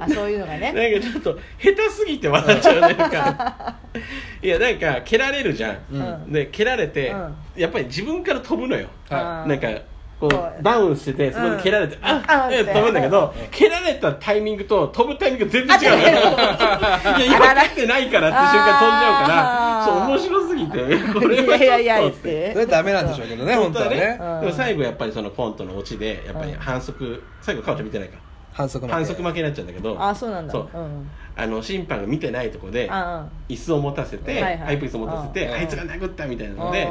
Speaker 1: あそういうのがね
Speaker 3: ちょっと下手すぎて笑っちゃうなんかいやなんか蹴られるじゃん、
Speaker 1: うん
Speaker 3: で蹴られて、
Speaker 1: うん
Speaker 3: やっぱり自分から飛ぶのよ、
Speaker 1: あー
Speaker 3: なんか
Speaker 1: こ
Speaker 3: こう
Speaker 1: う
Speaker 3: ダウンしててそこで蹴られて、
Speaker 1: うん
Speaker 3: あ
Speaker 1: あ
Speaker 3: あ
Speaker 1: ー
Speaker 3: え
Speaker 1: って
Speaker 3: 飛ぶんだけど、蹴られたタイミングと飛ぶタイミング全然違うのよいや今蹴ってないからって瞬間飛んじゃうから
Speaker 1: あ
Speaker 3: そう
Speaker 1: ー
Speaker 3: 面白すぎてこ
Speaker 1: い
Speaker 3: れ
Speaker 1: や
Speaker 3: はい
Speaker 1: やいや
Speaker 3: ちょ
Speaker 1: 言
Speaker 3: っ
Speaker 1: っ
Speaker 3: とって。
Speaker 1: て
Speaker 2: それダメなんでしょうけどね本当はね
Speaker 1: うん
Speaker 3: でも最後やっぱりそのコントのオチでやっぱり反則最後かおちゃん見てないか
Speaker 2: 反則負け
Speaker 3: 反則負けになっちゃうんだけど
Speaker 1: あそうなんだ
Speaker 3: そう
Speaker 1: うん
Speaker 3: あの審判が見てないとこで
Speaker 1: あ
Speaker 3: 椅子を持たせて
Speaker 1: はいはい
Speaker 3: パイプ椅子を持たせて
Speaker 1: うん
Speaker 3: あいつが殴ったみたいな
Speaker 1: あ
Speaker 3: ので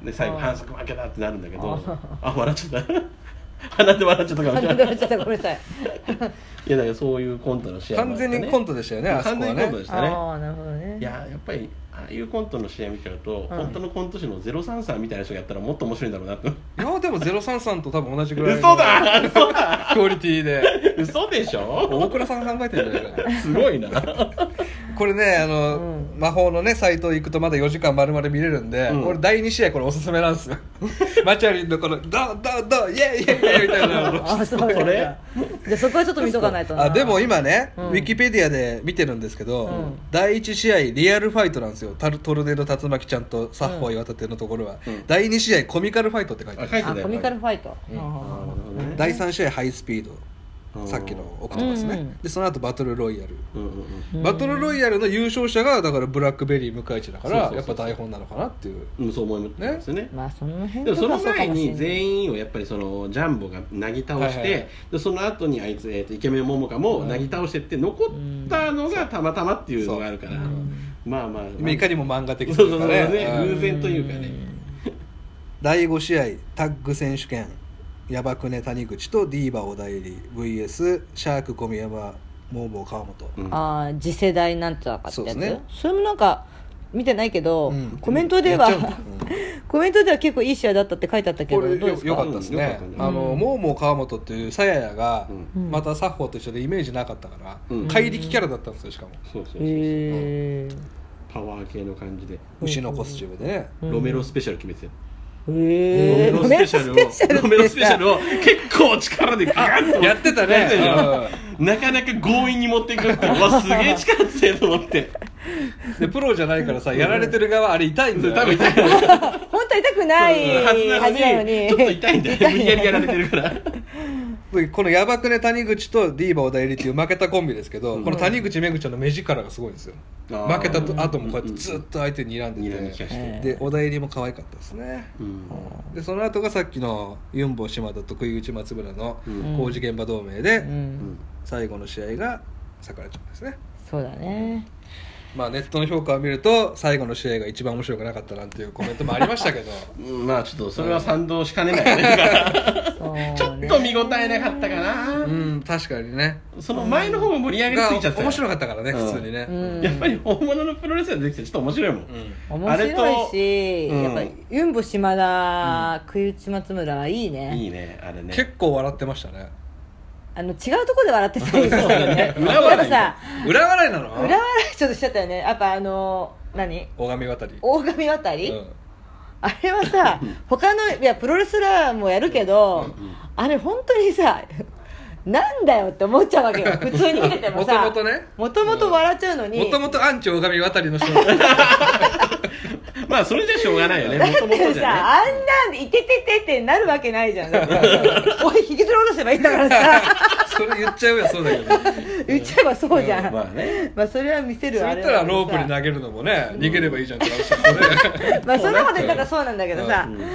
Speaker 1: うん
Speaker 3: で最後
Speaker 1: うん
Speaker 3: 反則負けだってなるんだけど
Speaker 1: あ
Speaker 3: あ笑っちゃった 鼻で笑っちゃったかも
Speaker 1: あ
Speaker 3: し
Speaker 1: な
Speaker 3: れ
Speaker 1: んで
Speaker 3: な
Speaker 1: 笑
Speaker 3: い
Speaker 1: っちゃったごめんなさい
Speaker 3: いやだからそういうコントの試合
Speaker 2: 完全にコントでしたよねあそ
Speaker 3: 完
Speaker 2: こは
Speaker 3: 全にコントで
Speaker 2: ね
Speaker 3: したね
Speaker 1: ああなるほどね
Speaker 3: いややっぱりああいうコントの試合見ちゃうと、本当のコント師の03さんみたいな人がやったらもっと面白いんだろうなって
Speaker 2: いやでも033と多分同じぐらいの
Speaker 3: 嘘だ 嘘だ
Speaker 2: クオリティで
Speaker 3: 嘘でしょ
Speaker 2: 大倉さん考えてるんじゃないかな
Speaker 3: すごいな
Speaker 2: これねあの、
Speaker 1: う
Speaker 2: 魔法のねサイト行くとまだ4時間丸々見れるんで、
Speaker 3: うん
Speaker 2: 俺第2試合これおすすめなんですよ マチャリンのこの「ドンドンドンイェイイェイイェイ」みたいなの
Speaker 1: ああそうなんだ
Speaker 3: これ
Speaker 1: じゃあそこはちょっと見とかないとな
Speaker 2: あでも今ね、
Speaker 1: うん
Speaker 2: ウィキペディアで見てるんですけど、
Speaker 1: ん
Speaker 2: 第1試合リアルファイトなんですよタルトルネード竜巻ちゃんとサッホー岩立のところは、
Speaker 3: うん
Speaker 2: 第2試合コミカルファイトって書いてあ
Speaker 3: あ
Speaker 2: る、
Speaker 3: 書いて
Speaker 1: あ
Speaker 3: たよ
Speaker 1: コミカルファイト
Speaker 2: うん
Speaker 1: ああ
Speaker 3: ね
Speaker 2: 第3試合ハイスピードさっきの奥トパスね、
Speaker 1: うんうん
Speaker 2: でその後バトルロイヤル、
Speaker 3: うんうんうん
Speaker 1: うん
Speaker 2: バトルロイヤルの優勝者がだからブラックベリー向井地だから
Speaker 3: そうそう
Speaker 2: やっ
Speaker 3: そ
Speaker 2: ぱ
Speaker 3: うそう
Speaker 2: 台本なのかなっていう
Speaker 3: うん、そう思いますよね
Speaker 1: まあその辺
Speaker 3: でもそ
Speaker 1: とか
Speaker 3: の
Speaker 1: はうか
Speaker 3: 前
Speaker 1: もしれ
Speaker 3: に
Speaker 1: ない
Speaker 3: 全員をやっぱりそのジャンボがなぎ倒して、
Speaker 2: はいはいはい
Speaker 3: でその後にあいつ、えー、とイケメン桃花もなぎ倒してって残ったのがたまたまっていうのがあるから、まあまあ、まあ、
Speaker 2: いかにも漫画的
Speaker 3: そうそう
Speaker 2: う
Speaker 3: そう
Speaker 2: か
Speaker 3: ね
Speaker 2: うん
Speaker 3: 偶然というかね
Speaker 2: 第5試合タッグ選手権ヤバくね谷口とディーバ小田入り VS シャーク小宮山モーモー川本、
Speaker 3: うん
Speaker 1: あー次世代なんとかってやつそ,、
Speaker 2: そうですね
Speaker 1: れもなんか見てないけど、
Speaker 2: うん
Speaker 1: コメントで
Speaker 3: めっちゃ
Speaker 1: は コメントでは結構いい試合だったって書いてあったけ
Speaker 2: こ
Speaker 1: ど
Speaker 2: れ
Speaker 1: どうで
Speaker 2: よ
Speaker 1: す
Speaker 2: よか
Speaker 1: か
Speaker 2: ったです
Speaker 3: うんよか
Speaker 2: ね
Speaker 3: ったね
Speaker 2: あの、
Speaker 1: うん
Speaker 2: モーモー川本っていうさややが
Speaker 3: う
Speaker 1: うん
Speaker 2: また作法と一緒でイメージなかったから、
Speaker 3: うん
Speaker 2: 怪力キャラだったんですよしかも
Speaker 3: そうそうそうそう、
Speaker 1: へー
Speaker 3: パワー系の感じで、
Speaker 1: うん
Speaker 2: 牛のコスチュームでね、
Speaker 1: うん
Speaker 3: ロメロスペシャル決めてたよ
Speaker 1: へえ
Speaker 3: ロメロスペシャルをロメロスペシャルを結構力でガーンと
Speaker 2: やってたね
Speaker 3: やってたじゃん
Speaker 2: うん
Speaker 3: なかなか強引に持っていくってうわすげえ力強いと思って
Speaker 2: でプロじゃないからさやられてる側あれ痛いんだよ
Speaker 3: 多分痛い
Speaker 1: 本当は痛くない
Speaker 3: はずな
Speaker 1: な
Speaker 3: のにちょっと痛いんだよ無理やりやられてるから
Speaker 2: でこのヤバくね谷口とディーバ小田入りっていう負けたコンビですけど、
Speaker 3: うん
Speaker 2: この谷口めぐちゃんの目力がすごいんですよ
Speaker 3: あー
Speaker 2: 負けたと後もこうやってずっと相手に睨ん
Speaker 3: にら
Speaker 2: で
Speaker 3: み利
Speaker 2: て
Speaker 3: か、して、
Speaker 2: で小田入りも可愛かったですね、
Speaker 3: うん
Speaker 2: でその後がさっきのユンボ島田と食い口松村の
Speaker 3: うん
Speaker 2: 工事現場同盟で、
Speaker 1: うん
Speaker 2: 最後の試合がさくらちゃんですね
Speaker 1: そうだね
Speaker 2: まあネットの評価を見ると最後の試合が一番面白くなかったなんていうコメントもありましたけ ど
Speaker 3: うんまあちょっとそれは賛同しかねないねちょっと見応えなかったかな、
Speaker 2: うん確かにね
Speaker 3: その前の方も盛り上がり
Speaker 2: が
Speaker 3: すぎちゃって
Speaker 2: 面白かったからね
Speaker 3: うん
Speaker 2: 普通にね、
Speaker 1: うん
Speaker 3: やっぱり本物のプロレスラーできてちょっと面白いもん、
Speaker 1: 面白いし、
Speaker 3: あれと
Speaker 1: やっぱりユンボ島田食い打ち松村はいいね
Speaker 3: いいねあれね
Speaker 2: 結構笑ってましたね
Speaker 1: あの違うところで笑ってたんですよね
Speaker 3: 裏笑い
Speaker 1: やっぱさ
Speaker 2: 裏笑いなの
Speaker 1: 裏笑いちょっとしちゃったよねやっぱあの何
Speaker 2: 大神渡り
Speaker 1: 大神渡り、
Speaker 2: うん
Speaker 1: あれはさ他のいやプロレスラーもやるけど、あれ本当にさなんだよって思っちゃうわけよ普通に見ててもさ
Speaker 2: もともとね
Speaker 1: もともと笑っちゃうのに、
Speaker 2: もともとアンチ大神渡りの人
Speaker 3: まあそれじゃしょうがないよねもとも
Speaker 1: で
Speaker 3: と
Speaker 1: も
Speaker 3: じ
Speaker 1: さ
Speaker 3: ゃね
Speaker 1: あんなんでいてててってなるわけないじゃんおい引きずり落とせばいいんだからさ
Speaker 2: それ言っちゃうよそうだけど
Speaker 1: 言っちゃえばそうじゃん、
Speaker 3: まあね
Speaker 1: まあそれは見せる
Speaker 2: そう
Speaker 1: あ
Speaker 2: 言っ
Speaker 1: れ
Speaker 2: たらロープに
Speaker 1: な
Speaker 2: 投げるのもね逃げればいいじゃんって話だ ったね
Speaker 1: まあそんなこと言ったらそうなんだけどさ、
Speaker 3: うん
Speaker 1: でも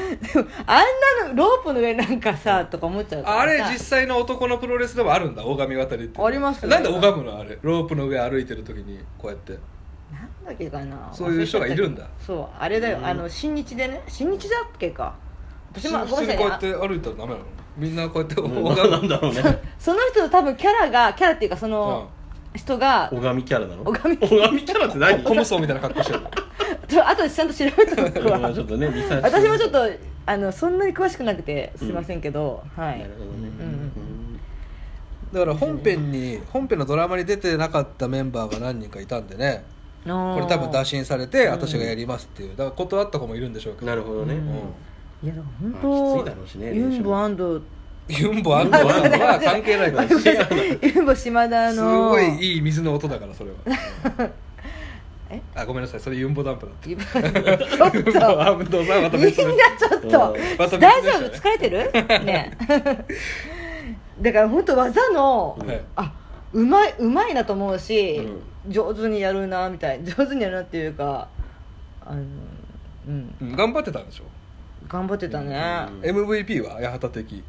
Speaker 1: あんなのロープの上なんかさとか思っちゃうからさ
Speaker 2: あれ実際の男のプロレスでもあるんだ大神渡りって
Speaker 1: ありますよ
Speaker 2: なんで拝むのあれロープの上歩いてる時にこうやって
Speaker 1: なんだっけかな
Speaker 2: そういう人がいるんだ
Speaker 1: そうあれだよあの新日でね新日だっけか私も
Speaker 2: 普
Speaker 1: ごめ
Speaker 2: 通
Speaker 1: んな
Speaker 2: に
Speaker 1: さい
Speaker 2: こ
Speaker 1: うね
Speaker 2: やって歩いたらダメなのみんな こうやって拝
Speaker 3: うんなん
Speaker 2: む
Speaker 3: だろうね
Speaker 1: あその人の多分キャラがキャラっていうかその人が
Speaker 3: 拝みキャラなの
Speaker 1: 拝み
Speaker 3: 拝みキャラって何
Speaker 2: コムソみたいな格好してる
Speaker 1: ちょ後でちゃんと調べておく
Speaker 3: ま あ
Speaker 1: わ
Speaker 3: ちょっとねリサーチ
Speaker 1: 私もちょっとあのそんなに詳しくなくてすいませんけど、は
Speaker 3: ないるほどね
Speaker 1: うんうん
Speaker 2: だから本編に本編のドラマに出てなかったメンバーが何人かいたんでね
Speaker 1: こ
Speaker 2: これ多分打診されて私がやりますっていうだから断った子もいるんでしょうけど
Speaker 3: なるほどね、
Speaker 1: うんいやだから
Speaker 3: まあきつ
Speaker 1: 本
Speaker 3: いだろうし
Speaker 1: 当、
Speaker 3: ね
Speaker 1: ユンボアンド
Speaker 2: ユンボアンドさん は関係ないか
Speaker 1: ごめ
Speaker 2: ら
Speaker 1: んなさいユンボ島田
Speaker 2: す
Speaker 1: の
Speaker 2: ごいいい水の音だから それは
Speaker 1: え
Speaker 2: あごめんなさいそれユンボダンプだっ
Speaker 1: ちょっとみん
Speaker 2: たアンドさんはまた
Speaker 1: な
Speaker 2: 別
Speaker 1: ち
Speaker 2: の
Speaker 1: ょっと
Speaker 2: また別の人
Speaker 1: 大丈夫
Speaker 2: ね
Speaker 1: 疲れてるねえだから本当技の、
Speaker 2: はい
Speaker 1: あうまいうまいなと思うし、
Speaker 3: う
Speaker 1: 上手にやるなみたい 上手にやるなっていうかあのうん
Speaker 2: うん頑張ってたんでしょ
Speaker 1: 頑張ってたね、
Speaker 3: うん
Speaker 2: MVP は八幡的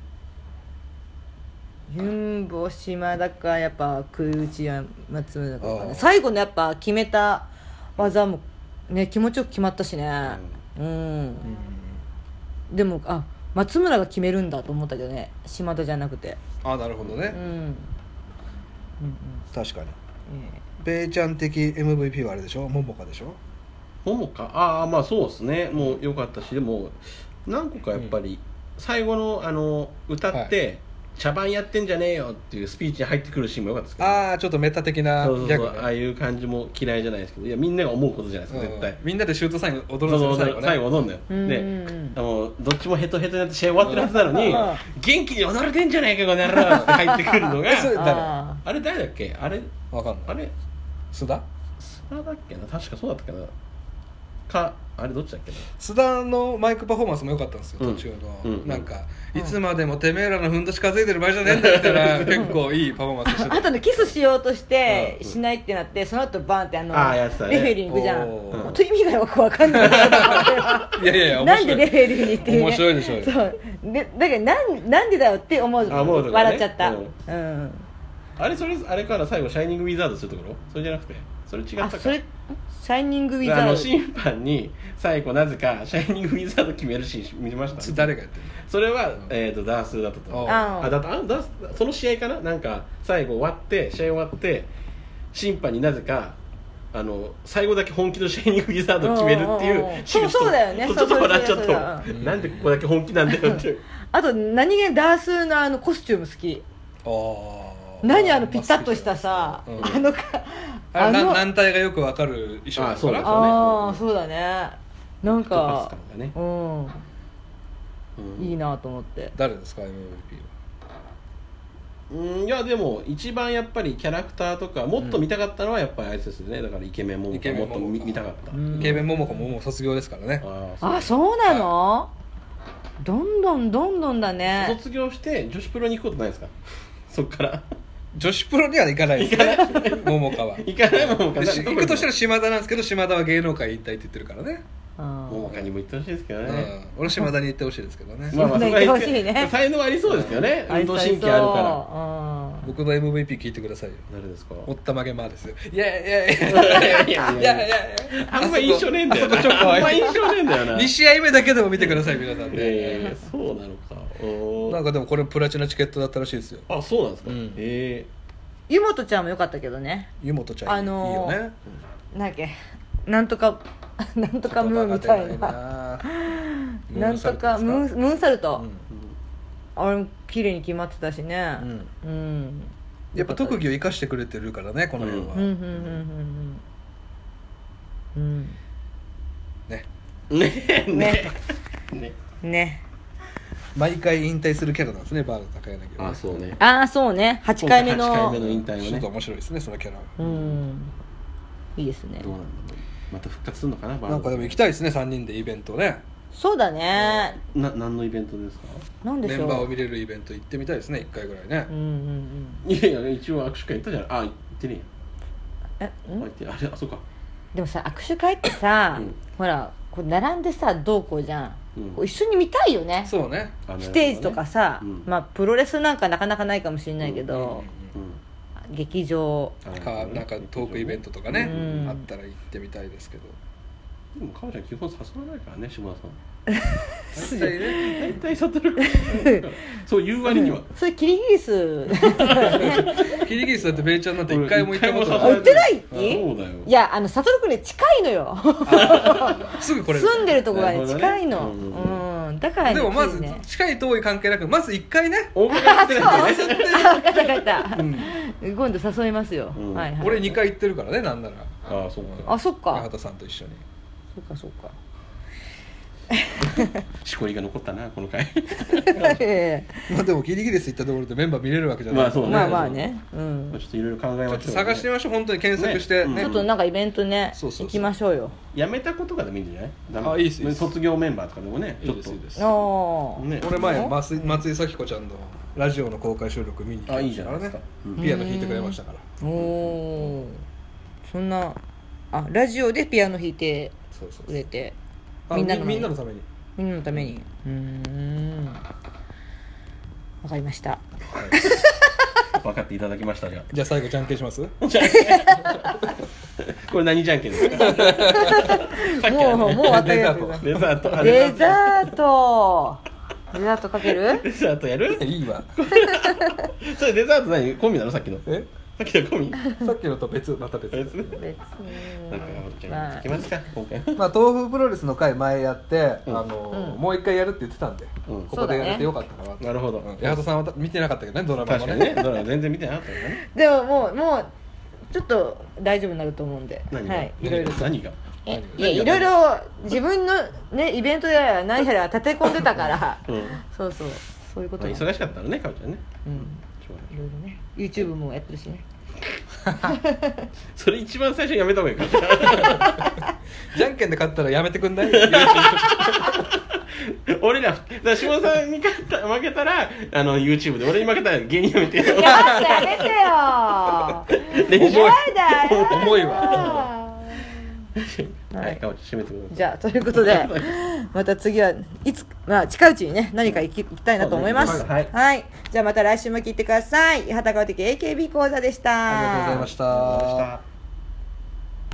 Speaker 1: ユンボ島だかやっぱ食い打ちや松村だか
Speaker 2: あ
Speaker 1: ね
Speaker 2: あ
Speaker 1: 最後のやっぱ決めた技もね気持ちよく決まったしねうん、でもあ松村が決めるんだと思ったけどね島田じゃなくて
Speaker 2: あなるほど
Speaker 1: うん
Speaker 2: ね
Speaker 1: うんうん
Speaker 2: 確かに
Speaker 1: ええ
Speaker 2: ペイちゃん的 MVP はあれでしょモモカでしょ
Speaker 3: ほもかああまあそうですねもう良かったしでも何個かやっぱり、最後のあの歌って、茶番やってんじゃねえよっていうスピーチに入ってくるシーンも良かったですけど、
Speaker 2: ああちょっとメタ的な
Speaker 3: そ
Speaker 2: ギャ
Speaker 3: うそうそう
Speaker 2: グ
Speaker 3: ああ
Speaker 2: ね
Speaker 3: いう感じも嫌いじゃないですけどいやみんなが思うことじゃないですか、絶対
Speaker 2: うんみんなでシュートサイン踊
Speaker 3: そうそ
Speaker 2: ら
Speaker 3: う
Speaker 2: せ
Speaker 3: 最
Speaker 2: る
Speaker 3: 後
Speaker 2: 最
Speaker 3: 最
Speaker 2: 後
Speaker 3: 後
Speaker 2: ね
Speaker 3: 踊る
Speaker 1: う
Speaker 3: のよ
Speaker 1: ん
Speaker 3: で
Speaker 1: うん
Speaker 3: あのどっちもヘトヘトになって試合終わってるはずなのに
Speaker 1: うん
Speaker 3: 元気に踊れてんじゃないかこの野郎って入ってくるの
Speaker 2: えそれ
Speaker 3: が
Speaker 2: 誰
Speaker 1: あ
Speaker 3: あれ誰だっけあれ
Speaker 2: わかんな
Speaker 3: あ
Speaker 2: い
Speaker 3: れ
Speaker 2: 須田
Speaker 3: スパだっけな確かそうだったかなかあれどっちだっけな
Speaker 2: 須田のマイクパフォーマンスも良かったんですよ
Speaker 3: うん
Speaker 2: 途中の、
Speaker 3: うん
Speaker 2: なんか、いつまでもてめえらのふんどし稼いでる場合じゃねえんだみたいな結構いいパフォーマンスして
Speaker 1: ー
Speaker 2: た
Speaker 1: あとねキスしようとして
Speaker 3: うん
Speaker 1: しないってなってその後バンってあの
Speaker 3: あーやってたね
Speaker 1: レフェリーに行くじゃん
Speaker 2: お
Speaker 3: ー
Speaker 1: 本当意味がよくわかんない
Speaker 2: いやいやいや面
Speaker 1: なん
Speaker 2: 白
Speaker 1: で
Speaker 2: い
Speaker 1: レフェリーにっていう、ね、
Speaker 2: 面白いでしょうよ
Speaker 1: そうでだけどなんなんでだよって思う
Speaker 3: あ思うとこね
Speaker 1: 笑っちゃった
Speaker 3: う
Speaker 1: うんん、
Speaker 3: あれそれあれから最後「シャイニング・ウィザード」するところそれじゃなくてそれ違った
Speaker 1: あ
Speaker 3: か
Speaker 1: それんシャイニング・ウィ
Speaker 3: あ
Speaker 1: ザ
Speaker 3: の
Speaker 1: ー
Speaker 3: 審判に最後なぜかシャイニングウィザード決めるシーン見ました
Speaker 2: つ誰がやってる
Speaker 3: それは、えー、とダースだったと思う
Speaker 1: ド
Speaker 2: あ
Speaker 3: あだったあダースその試合かななんか最後終わって試合終わって審判になぜかあの最後だけ本気のシャイニングウィザード決めるってい
Speaker 1: うんうんうん
Speaker 3: うシーンが
Speaker 1: そうそうだよね
Speaker 3: ちょっとちょっと笑っちゃ
Speaker 1: そう
Speaker 3: っ
Speaker 1: そうそう
Speaker 3: た
Speaker 1: そう
Speaker 2: うん
Speaker 3: なんでここだけ本気なんだよって
Speaker 1: あと何気にダースのあのコスチューム好き
Speaker 2: のあー
Speaker 1: 何あのピタッとしたさ、
Speaker 2: うん
Speaker 1: あのか
Speaker 2: あ
Speaker 1: あ
Speaker 2: な
Speaker 1: の
Speaker 2: 軟体がよくわかる衣装だ
Speaker 3: あそう
Speaker 2: か
Speaker 3: だ
Speaker 2: ら
Speaker 1: ああそうだねなん
Speaker 3: パス
Speaker 1: か
Speaker 3: 感がね
Speaker 1: う、
Speaker 3: うん
Speaker 1: んいいなと思って
Speaker 2: 誰ですか MVP
Speaker 3: うんいやでも一番やっぱりキャラクターとかもっと見たかったのはやっぱりあいつですねだからイケメンもも
Speaker 2: イケメン
Speaker 3: っ
Speaker 2: も
Speaker 3: と見見たかった、
Speaker 1: うん
Speaker 2: はイケメン桃子ももう卒業ですからね
Speaker 3: ああ
Speaker 1: あそうなの、どんどんどんどんだね
Speaker 3: 卒業して女子プロに行くことないですか そっから
Speaker 2: 女子プロには行かないですね桃子は
Speaker 3: 行かないもんか
Speaker 2: でし行くとしたら島田なんですけど島田は芸能界引退って言ってるからね、
Speaker 3: も
Speaker 1: う
Speaker 3: かにも行ってほしいですけど
Speaker 2: う
Speaker 3: ね
Speaker 2: ん、俺は島田に行ってほしいですけどね、
Speaker 1: まあ
Speaker 3: そこ
Speaker 1: 行
Speaker 3: は
Speaker 1: ってほしいね
Speaker 3: 才能ありそうですけどね
Speaker 1: ん
Speaker 3: 運動神経あるから
Speaker 2: 僕の MVP 聞いてくださいよ
Speaker 3: ら誰ですか
Speaker 2: おったまげまーですよいやいやいやい
Speaker 3: いや
Speaker 2: や
Speaker 3: い
Speaker 2: いや
Speaker 3: や
Speaker 2: い
Speaker 3: いや
Speaker 2: や
Speaker 3: あんま印象ねえんだよな
Speaker 2: あそこちょっと
Speaker 3: あんま印象ねえんだよな
Speaker 2: 2試合目だけでも見てください皆さん
Speaker 3: いやいやい
Speaker 2: ね
Speaker 3: やそうなのかおー
Speaker 2: なんかでもこれプラチナチケットだったらしいですよ
Speaker 3: あそうなんですか
Speaker 2: うん
Speaker 3: へえ
Speaker 1: 湯本ちゃんもよかったけどね
Speaker 2: 湯本ちゃんいい,、
Speaker 1: あのー
Speaker 2: いいよね
Speaker 1: なんだっけなんとか なんとかムーンみたいななんとかムーンムーンサルト、あれも綺麗に決まってたしねう
Speaker 2: うん
Speaker 1: ん、
Speaker 2: やっぱ特技を生かしてくれてるからねこの辺は、
Speaker 1: うんうんうんうんうん
Speaker 2: ね
Speaker 3: ねえ
Speaker 1: うん
Speaker 3: ね
Speaker 1: ね
Speaker 3: えね
Speaker 1: ね
Speaker 2: 毎回引退するキャラなんですねバーの高柳は
Speaker 3: あそうね
Speaker 1: ああそうね8回目の
Speaker 3: 今回8回目の引退
Speaker 2: ちょ
Speaker 3: を
Speaker 2: っと
Speaker 3: ね
Speaker 2: 面白いですねそのキャラは
Speaker 1: うんいいですね
Speaker 3: どうなんだろうまた復活するのかなバード
Speaker 2: なんかでも行きたいですね3人でイベントね
Speaker 1: そうだね
Speaker 3: な何のイベントですか
Speaker 1: なんで
Speaker 2: メ
Speaker 1: し
Speaker 2: ン
Speaker 1: ょ
Speaker 2: バーを
Speaker 1: う
Speaker 2: 見れるイベント行ってみたいですね1回ぐらいね
Speaker 1: うんうんうん
Speaker 3: いやいや一応握手会行ったじゃんあ行ってね
Speaker 1: え
Speaker 3: えやあ行
Speaker 1: ん
Speaker 3: ってあれあそうか
Speaker 1: でもさ握手会ってさ、
Speaker 3: うん
Speaker 1: ほらこう並んでさどうこうじゃん、
Speaker 3: うん
Speaker 1: こう一緒に見たいよね
Speaker 2: そうね
Speaker 3: あの
Speaker 1: ステージとかさ、
Speaker 3: うん
Speaker 1: まあプロレスなんかなかなかないかもしれないけ
Speaker 2: うん
Speaker 1: ど、
Speaker 3: う
Speaker 1: 劇場
Speaker 3: ん
Speaker 2: うんかなんかトークイベントとかね、
Speaker 1: うん
Speaker 2: あったら行ってみたいですけど
Speaker 3: でもかおちゃん基本誘わないからね下田さん
Speaker 2: 大体ね
Speaker 3: 大体悟るそう言う割には
Speaker 1: それキリギリス
Speaker 2: キリギリスだってベイちゃんなんて1回も行ったこと
Speaker 1: あ
Speaker 2: な
Speaker 1: 売
Speaker 2: い
Speaker 1: ってないっ
Speaker 3: そ
Speaker 1: て
Speaker 3: うだよ
Speaker 1: いやあの悟君ね近いのよ
Speaker 2: すぐこれ
Speaker 1: 住んでるとこが
Speaker 3: な
Speaker 1: ね
Speaker 3: るほどね
Speaker 1: 近いの、
Speaker 3: うん
Speaker 1: うんだからね
Speaker 2: でもま
Speaker 1: つ
Speaker 2: ず
Speaker 1: いね
Speaker 2: 近い遠い関係なくまず1回ね
Speaker 3: 大声が出てないんだよね
Speaker 1: あ分かった分かった
Speaker 2: うん
Speaker 1: 今度誘いますよ、
Speaker 3: うん
Speaker 1: はいはい
Speaker 2: 俺2回行ってるからねなんなら
Speaker 3: あそうか
Speaker 1: あそっ
Speaker 2: 中
Speaker 1: か
Speaker 2: 畑さんと一緒に
Speaker 1: そっかそっか
Speaker 3: しこりが残ったなこの回
Speaker 1: え
Speaker 2: まあでもギリギリス行ったところでメンバー見れるわけじゃない
Speaker 3: まあそう
Speaker 1: え
Speaker 3: ね
Speaker 1: まあまあね、うん、
Speaker 3: ちょっといろいろ考え
Speaker 2: ちょっ
Speaker 3: まし
Speaker 2: と
Speaker 3: ょう
Speaker 2: 探してみましょう本当に検索して
Speaker 3: ね
Speaker 2: ね
Speaker 1: ちょっとなんかイベントね
Speaker 2: そうそうそう
Speaker 1: 行きましょうよ
Speaker 3: やめたことかでもいいんじゃないダメ
Speaker 2: あいいっすいいっす
Speaker 3: 卒業メンバーとかでもねちょっと
Speaker 2: いいです
Speaker 1: ああ、
Speaker 3: ね
Speaker 2: 俺前松井松井咲子ちゃんのラジオの公開収録見に行
Speaker 3: あい
Speaker 2: きま
Speaker 3: い
Speaker 2: した
Speaker 3: じゃ
Speaker 2: か
Speaker 3: ない
Speaker 2: ら
Speaker 3: ですか
Speaker 2: ね
Speaker 3: うん
Speaker 2: ピアノ弾いてくれましたから
Speaker 1: おおそんなあラジオでピアノ弾いて
Speaker 2: そうそう
Speaker 1: くれて
Speaker 2: あ
Speaker 1: み
Speaker 2: み
Speaker 1: んなの
Speaker 2: みんなのために
Speaker 1: みんなのためにうーんわかりました
Speaker 3: 分かっていただきましたが
Speaker 2: じゃあ最後じゃんけんします
Speaker 3: これ何じゃんけんですか
Speaker 1: もうもう分かり
Speaker 2: デザ
Speaker 1: や
Speaker 2: ート
Speaker 1: す
Speaker 3: デザートあ
Speaker 1: い
Speaker 3: れ
Speaker 1: デザートデザートかける
Speaker 3: デザートやる
Speaker 2: いいわ
Speaker 3: それデザート何コンビなのさっきの
Speaker 2: え
Speaker 3: さっきのコンビ
Speaker 2: さっきのと別また別
Speaker 3: 別に
Speaker 1: 別
Speaker 3: なんか
Speaker 1: に
Speaker 3: じゃあ行きますか今回
Speaker 2: まあ豆腐プロレスの回前やって、
Speaker 3: うん
Speaker 2: あの
Speaker 1: うん
Speaker 2: もう一回やるって言ってたんで、
Speaker 3: うん
Speaker 2: ここでやれてよかったかなと、
Speaker 3: なるほど
Speaker 2: うん八幡さんは見てなかったけどねドラマ
Speaker 3: 確
Speaker 2: も
Speaker 3: か
Speaker 2: ね
Speaker 3: にねドラマ全然見てなかったからね
Speaker 1: でももうもうちょっと大丈夫になると思うんで
Speaker 3: 何が、
Speaker 1: はいいろいろと
Speaker 3: 何が
Speaker 1: え
Speaker 2: 何
Speaker 1: いやいろいろ自分のねイベントやら何やら立て込んでたから
Speaker 3: うん
Speaker 1: そうそうそういうこと
Speaker 3: まあ
Speaker 1: なんで
Speaker 3: 忙しかったのねかおちゃんね
Speaker 1: うん
Speaker 3: しょうがない
Speaker 1: いろいろね YouTube もやってるしね
Speaker 3: それ一番最初にやめた方がいいかもしれない
Speaker 2: じゃんけんで勝ったらやめてく んない
Speaker 3: 俺らだから下田さんに勝った負けたらあの YouTube で俺に負けたら芸人やめてよ
Speaker 1: やってやめてよ
Speaker 3: 練習
Speaker 2: 重い
Speaker 1: やだよ
Speaker 2: 重いわ
Speaker 3: はいかおちゃん締めてください
Speaker 1: じゃあということでまた次はいつ、まあ、近いうちにね何か行き行きたいなと思います
Speaker 3: そうですね
Speaker 1: はい、じゃあまた来週も聞いてください八幡川的 AKB 講座でした
Speaker 2: ありがとうございました
Speaker 3: ありがとうございました